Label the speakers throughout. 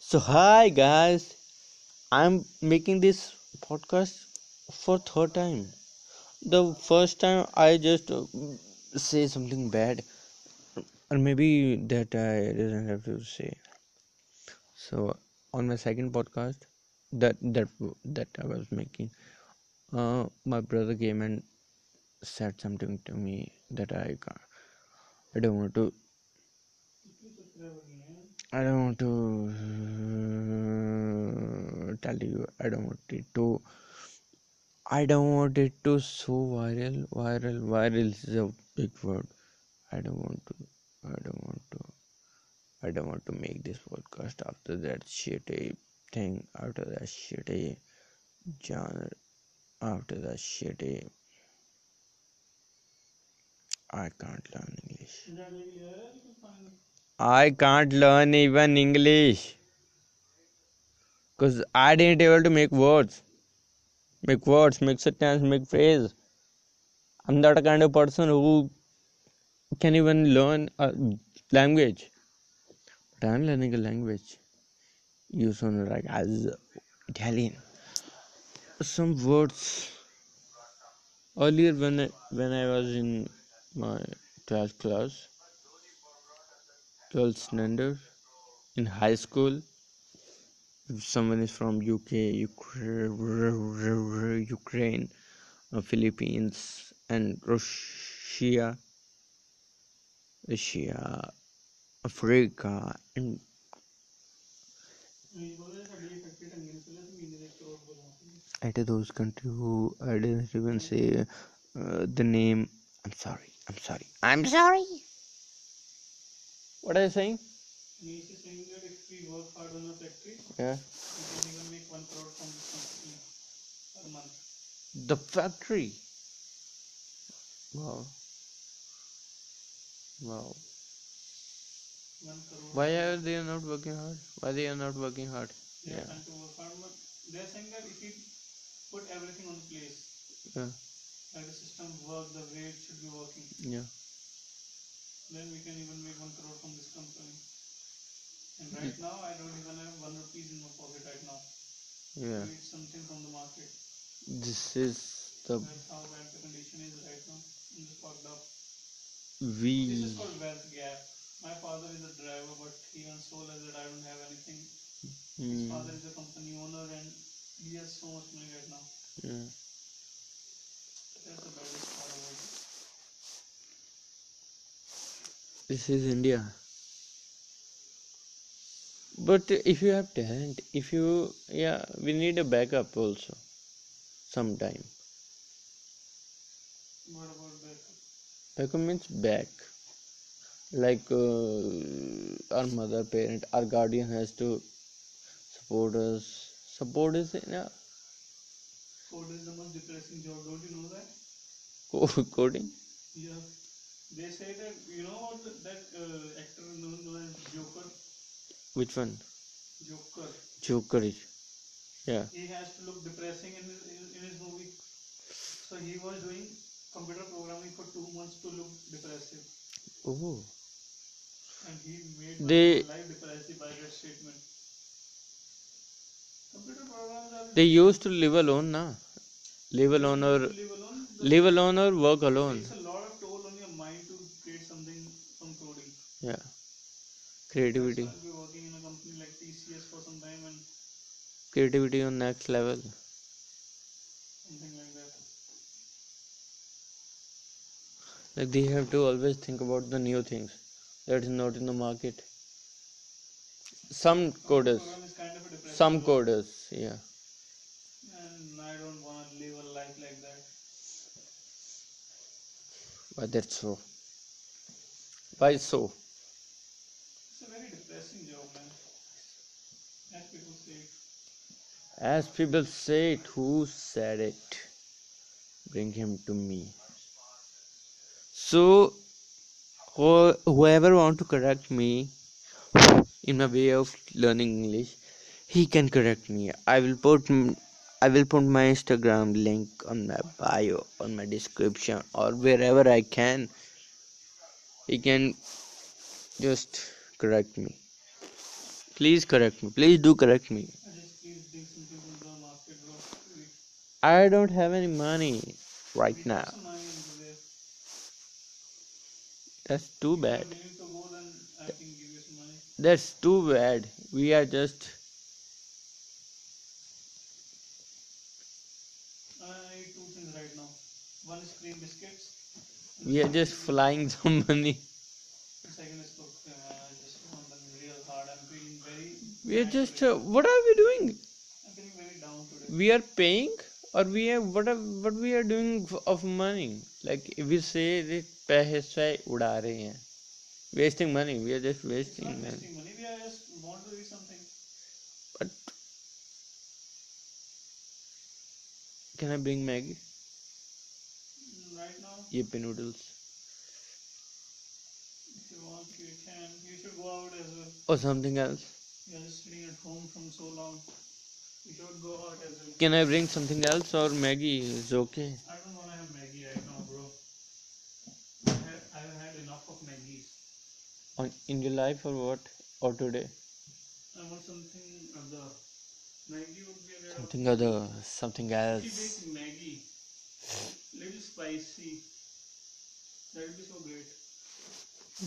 Speaker 1: So hi guys, I'm making this podcast for third time. The first time I just uh, say something bad, or maybe that I didn't have to say. So on my second podcast, that that that I was making, uh, my brother came and said something to me that I can't, I don't want to. I don't want to uh, tell you. I don't want it to. I don't want it to so viral. Viral, viral is a big word. I don't want to. I don't want to. I don't want to make this podcast after that shitty thing. After that shitty genre. After that shitty. I can't learn English. I can't learn even English. Because I didn't able to make words. Make words, make sentences, make phrase. I'm not a kind of person who can even learn a language. But I'm learning a language. You sound like as Italian. Some words. Earlier when I, when I was in my 12th class, 12th standard, in high school, if someone is from UK, Ukra- Ukraine, uh, Philippines, and Russia, Russia, Africa, and
Speaker 2: तो
Speaker 1: at those countries who I didn't even say uh, the name. I'm sorry. I'm sorry. I'm sorry. What are you saying? Yeah. The factory. Wow. Wow. Why are they not working hard? Why they are not working hard? Yeah.
Speaker 2: They're saying that if you put everything on place,
Speaker 1: Yeah.
Speaker 2: like the system works the way it should be working,
Speaker 1: Yeah.
Speaker 2: then we can even make one crore from this company. And right
Speaker 1: Hmm.
Speaker 2: now, I don't even have one rupees in my pocket right now.
Speaker 1: Yeah.
Speaker 2: It's something from the market.
Speaker 1: This is the
Speaker 2: That's how bad the condition is right now. I'm just fucked up. This
Speaker 1: we.
Speaker 2: is called wealth gap. My father is a driver, but he earns so less that I don't have anything. His
Speaker 1: Mm,
Speaker 2: father is a company owner, and he has so much money right now.
Speaker 1: yeah.
Speaker 2: That's the baddest part of it.
Speaker 1: This is India. But if you have talent, if you yeah, we need a backup also sometime.
Speaker 2: What about backup?
Speaker 1: Backup means back. Like uh, our mother, parent, our guardian has to support us. Support is in a
Speaker 2: Code is the most depressing job, don't you know that?
Speaker 1: co- coding.
Speaker 2: Yeah. They say that, you know what the- that uh, actor known known as Joker?
Speaker 1: Which one?
Speaker 2: Joker.
Speaker 1: Jokerish. Yeah.
Speaker 2: He has to look depressing in his, in, in his movie. So he was doing computer programming for two months to look depressive.
Speaker 1: Oh.
Speaker 2: And he made
Speaker 1: They-
Speaker 2: the life depressive by that statement. Computer programmers are
Speaker 1: They used to live alone, na? Live alone or
Speaker 2: to live alone.
Speaker 1: live alone or work alone.
Speaker 2: It's a lot of toll on your mind to create something from coding.
Speaker 1: Yeah. Creativity.
Speaker 2: I'll be working in a company like TCS for some time and
Speaker 1: Creativity on next level.
Speaker 2: something like that.
Speaker 1: Like they have to always think about the new things that is not in the market. Some coders,
Speaker 2: Program is kind of a depressing
Speaker 1: some
Speaker 2: job.
Speaker 1: coders, yeah.
Speaker 2: And I don't want to live a life like that.
Speaker 1: But that's so. Why so?
Speaker 2: It's a very depressing job, man. As people say,
Speaker 1: As people say it, who said it? Bring him to me. So, who- whoever want to correct me in my way of learning English, he can correct me. I will put m- I will put my Instagram link on my bio, on my description, or wherever I can. He can just correct me. Please correct me. Please do correct me.
Speaker 2: I just please bring something from the market bro. We,
Speaker 1: I don't have any money right
Speaker 2: we
Speaker 1: now.
Speaker 2: have some money over there.
Speaker 1: That's too
Speaker 2: If you are
Speaker 1: bad.
Speaker 2: willing to go, then I can give you some money.
Speaker 1: That's too bad. We are just
Speaker 2: I need Uh, two things right now. One is cream biscuits.
Speaker 1: we are just flying some money.
Speaker 2: The second is cook. Uh, I just want them real hard. I'm feeling very.
Speaker 1: We are
Speaker 2: bad
Speaker 1: just
Speaker 2: today.
Speaker 1: uh, what are we doing?
Speaker 2: I'm feeling very down today.
Speaker 1: We are paying or we are what are what we are doing f- of money? Like if we say that पैसे उड़ा रहे हैं. Wasting money. We are just
Speaker 2: It's not
Speaker 1: wasting money.
Speaker 2: wasting money. We are just want to do something.
Speaker 1: But can I bring Maggie?
Speaker 2: Mm, Right now,
Speaker 1: Yippee noodles.
Speaker 2: if you want, you can. You should go out as well.
Speaker 1: Or something else.
Speaker 2: You are just sitting at home from so long. You should go out as well.
Speaker 1: Can I bring something else or Maggie is okay?
Speaker 2: I don't want to have Maggie right now, bro. I had, I've had enough of Maggie's.
Speaker 1: On in your life or what? Or today?
Speaker 2: I want something other. Maggie would be aware of.
Speaker 1: Something other, something
Speaker 2: She
Speaker 1: else.
Speaker 2: makes Maggie. Little spicy. That would be so great.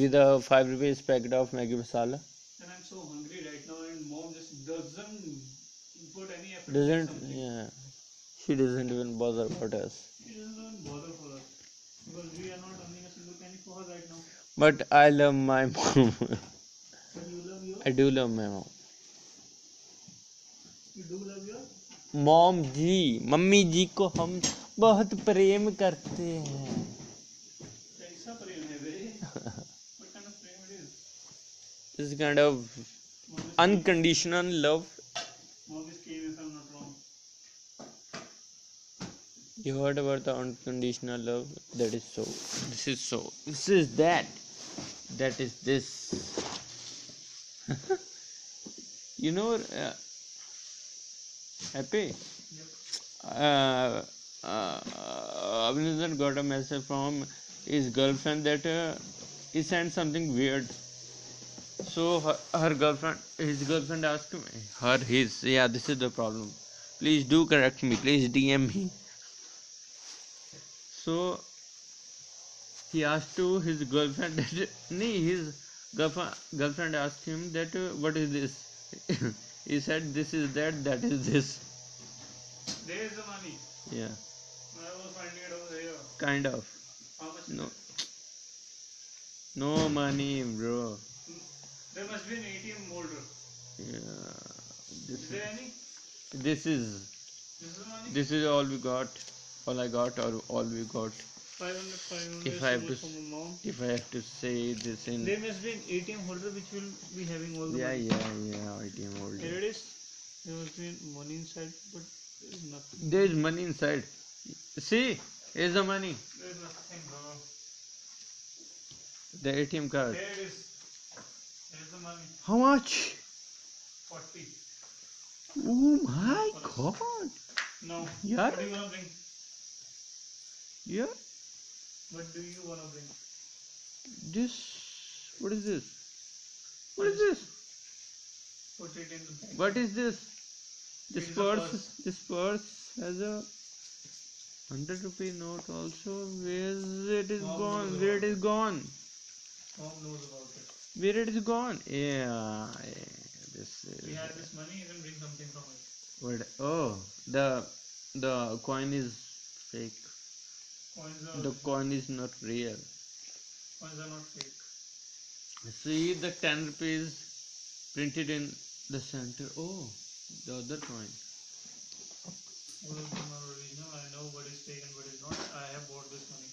Speaker 1: With a five rupees packet of Maggie masala.
Speaker 2: And I'm so hungry right now, and mom just doesn't put any effort. into
Speaker 1: Doesn't
Speaker 2: something.
Speaker 1: yeah. She doesn't even bother about us.
Speaker 2: She doesn't bother for us because we are not earning a single penny for her right now.
Speaker 1: But I love my mom.
Speaker 2: But you love your,
Speaker 1: I do love my mom.
Speaker 2: you do love your.
Speaker 1: Mom ji mummy ji को हम बहुत प्रेम करते हैं
Speaker 2: कैसा प्रेम है बे? What kind of Prem it is?
Speaker 1: This kind of
Speaker 2: Mom is,
Speaker 1: unconditional love
Speaker 2: mom is keen if I'm not wrong.
Speaker 1: You heard about the unconditional love? That is so. This is so. This is that. That is this. you know, uh, Happy?
Speaker 2: Yep.
Speaker 1: Uh, uh, Abhinandan got a message from his girlfriend that uh, he sent something weird. So her, her girlfriend, his girlfriend asked me, her, his, yeah, this is the problem. Please do correct me, please DM me. So he asked to his girlfriend that nee, his girlfriend girlfriend asked him that uh, what is this? he said this is that that is this.
Speaker 2: There is the money.
Speaker 1: Yeah,
Speaker 2: I was finding it over here.
Speaker 1: kind of.
Speaker 2: How much?
Speaker 1: No. No money, bro.
Speaker 2: There must be an ATM holder.
Speaker 1: Yeah.
Speaker 2: Is
Speaker 1: This,
Speaker 2: there any?
Speaker 1: this is
Speaker 2: This is the money?
Speaker 1: this is all we got. All I got or all we got.
Speaker 2: 500, 500
Speaker 1: If
Speaker 2: is
Speaker 1: I
Speaker 2: so
Speaker 1: have
Speaker 2: much
Speaker 1: to-
Speaker 2: from my mom.
Speaker 1: If I have to say this in
Speaker 2: There must be an ATM holder which will be having all the
Speaker 1: yeah, yeah,
Speaker 2: money.
Speaker 1: yeah, ATM holder.
Speaker 2: Here it is. There must be money inside, but there is nothing.
Speaker 1: There is money inside. See, here's the money.
Speaker 2: There is nothing,
Speaker 1: Uh,
Speaker 2: bro.
Speaker 1: The ATM card.
Speaker 2: There it is. There is the money.
Speaker 1: How much?
Speaker 2: 40.
Speaker 1: Oh my god.
Speaker 2: No.
Speaker 1: Yeah.
Speaker 2: What do you want to bring?
Speaker 1: Yeah.
Speaker 2: What do you want to bring?
Speaker 1: This. What is this? What is this?
Speaker 2: Put it in the bag.
Speaker 1: What is this? This
Speaker 2: It is a
Speaker 1: purse,
Speaker 2: purse.
Speaker 1: This purse has a hundred rupee note also. Where's it is
Speaker 2: Mom
Speaker 1: gone?
Speaker 2: knows
Speaker 1: Where it
Speaker 2: about
Speaker 1: is gone?
Speaker 2: Mom knows about it.
Speaker 1: Where it is gone? Yeah. yeah, This is.
Speaker 2: We have this money, you can bring something from it.
Speaker 1: What? Oh, the the coin is fake.
Speaker 2: Coins are,
Speaker 1: The coin is not real.
Speaker 2: coins are not fake.
Speaker 1: See the 10 rupees printed in the center. Oh, the other coin.
Speaker 2: All of them are original. I know what is fake and what is not. I have bought this money.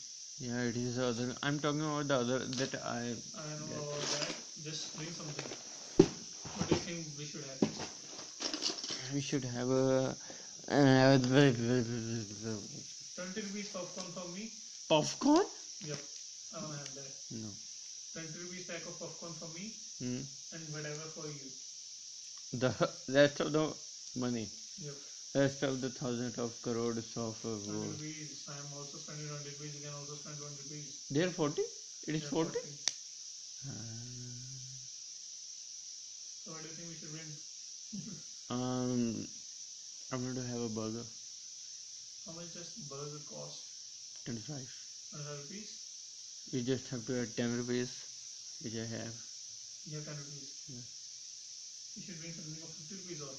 Speaker 1: Yeah, it is the other. I'm talking about the other that I.
Speaker 2: I know
Speaker 1: Yeah.
Speaker 2: about uh, that. Just bring something. What do you think we should have?
Speaker 1: We should have a. Uh,
Speaker 2: 20 rupees popcorn for me?
Speaker 1: popcorn?
Speaker 2: Yep. I want to have that.
Speaker 1: No.
Speaker 2: 20 rupees pack of popcorn for me
Speaker 1: Hmm.
Speaker 2: and whatever for you.
Speaker 1: The rest of the money,
Speaker 2: Yep.
Speaker 1: rest of the thousands of crores of uh,
Speaker 2: 20
Speaker 1: wo-
Speaker 2: rupees. I am also spending 20 rupees. You can also spend 20 rupees.
Speaker 1: They are 40? It is
Speaker 2: Yeah,
Speaker 1: 40?
Speaker 2: 40.
Speaker 1: Uh,
Speaker 2: So So what do you think we should win?
Speaker 1: Um, I want to have a burger.
Speaker 2: How much does burger cost?
Speaker 1: 25.
Speaker 2: 100 rupees?
Speaker 1: You just have to add 10 rupees, which I have.
Speaker 2: You have 10 rupees.
Speaker 1: Yeah.
Speaker 2: We should bring something of 50 rupees or.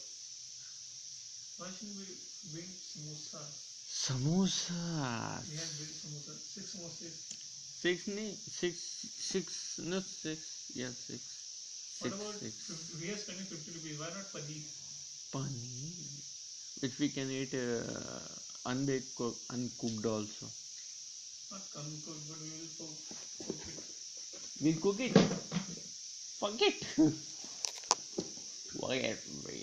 Speaker 2: Why shouldn't we bring samosa? We have
Speaker 1: Samosas.
Speaker 2: big samosa. Six samosas.
Speaker 1: Six, ne? Six, six, no, six. Yeah, six. Six,
Speaker 2: What about
Speaker 1: six.
Speaker 2: 50, we are spending 50 rupees. Why not paneer?
Speaker 1: Paneer. Which we can eat uh, unbaked, cook, uncooked also.
Speaker 2: Not come cooked, but we will cook, cook it.
Speaker 1: We'll cook it. Fuck it. Forget it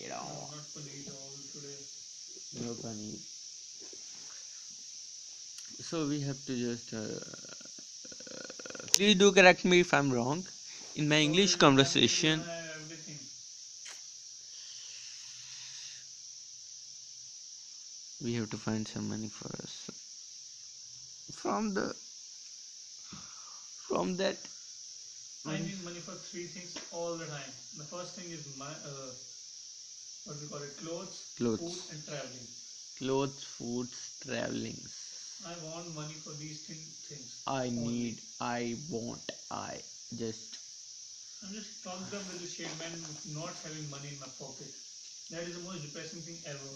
Speaker 2: No,
Speaker 1: all.
Speaker 2: not paneer at all today.
Speaker 1: No paneer. So we have to just. Uh, uh, please do correct me if I'm wrong. In my English
Speaker 2: Or we will have
Speaker 1: conversation,
Speaker 2: banana, Everything.
Speaker 1: we have to find some money for us. From the. From that.
Speaker 2: I need money for three things all the time. The first thing is my uh, what do you call it? Clothes,
Speaker 1: Clothes.
Speaker 2: food, and traveling.
Speaker 1: Clothes, foods, travelings.
Speaker 2: I want money for these three things.
Speaker 1: I
Speaker 2: Only.
Speaker 1: need, I want, I just.
Speaker 2: I'm just pumped up with the shade man with not having money in my pocket. That is the most depressing thing ever.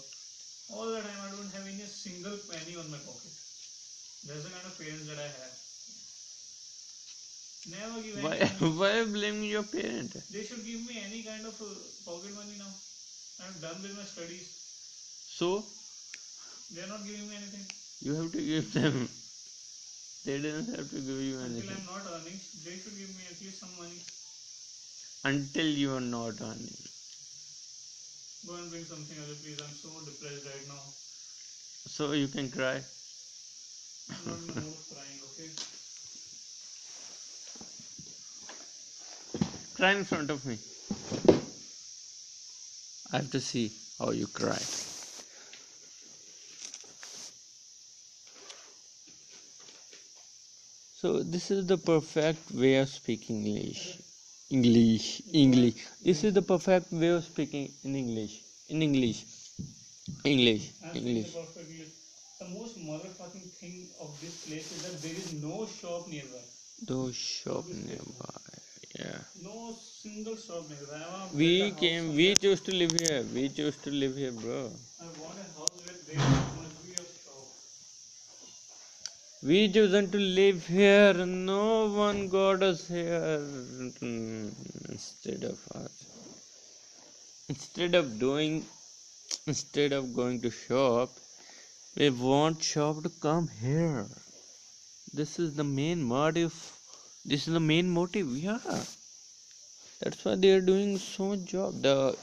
Speaker 2: All the time I don't have any single penny on my pocket. That's the kind of parents that I have. Never give
Speaker 1: Why,
Speaker 2: any money.
Speaker 1: why are you blaming your parent?
Speaker 2: They should give me any kind of uh, pocket money now. I'm done with my studies.
Speaker 1: So
Speaker 2: They're not giving me anything.
Speaker 1: you have to give them. They didn't have to give you
Speaker 2: Until
Speaker 1: anything
Speaker 2: I'm not earning, they should give me at least some money.
Speaker 1: until you are not earning.
Speaker 2: Go and bring something other, please. I'm so depressed right now.
Speaker 1: So you can cry.
Speaker 2: I'm not in the mood of crying, okay?
Speaker 1: Cry in front of me. I have to see how you cry. So this is the perfect way of speaking English. English, English. This is the perfect way of speaking in English. In English. English,
Speaker 2: I'm
Speaker 1: English.
Speaker 2: speaking perfectly. The most motherfucking thing of this place is that there is no shop nearby.
Speaker 1: Those shop nearby. Yeah.
Speaker 2: No single shop nearby. I want
Speaker 1: We came. We chose to live here. We chose to live here, bro.
Speaker 2: I want a house where there must be a shop.
Speaker 1: We chosen to live here. No one got us here Mm, instead of us. Instead of doing, instead of going to shop, we want shop to come here. This is the main motive. This is the main motive. Yeah, that's why they are doing so much job. The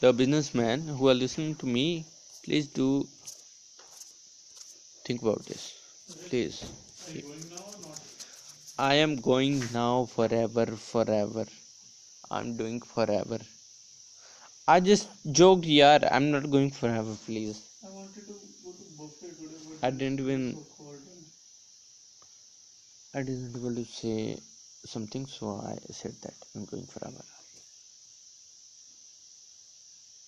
Speaker 1: the businessmen who are listening to me, please do think about this. Please.
Speaker 2: Are you going now or not?
Speaker 1: I am going now forever, forever. I'm doing forever. I just joked, yeah. I'm not going forever, please.
Speaker 2: I wanted to go to buffet today, but
Speaker 1: I didn't
Speaker 2: it's
Speaker 1: even,
Speaker 2: so cold.
Speaker 1: I didn't able to say something, so I said that I'm going forever.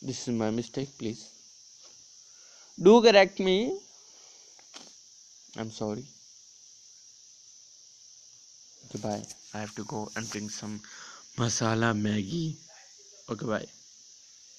Speaker 1: This is my mistake, please. Do correct me. I'm sorry. Okay, bye. I have to go and bring some masala Maggie. Okay, bye.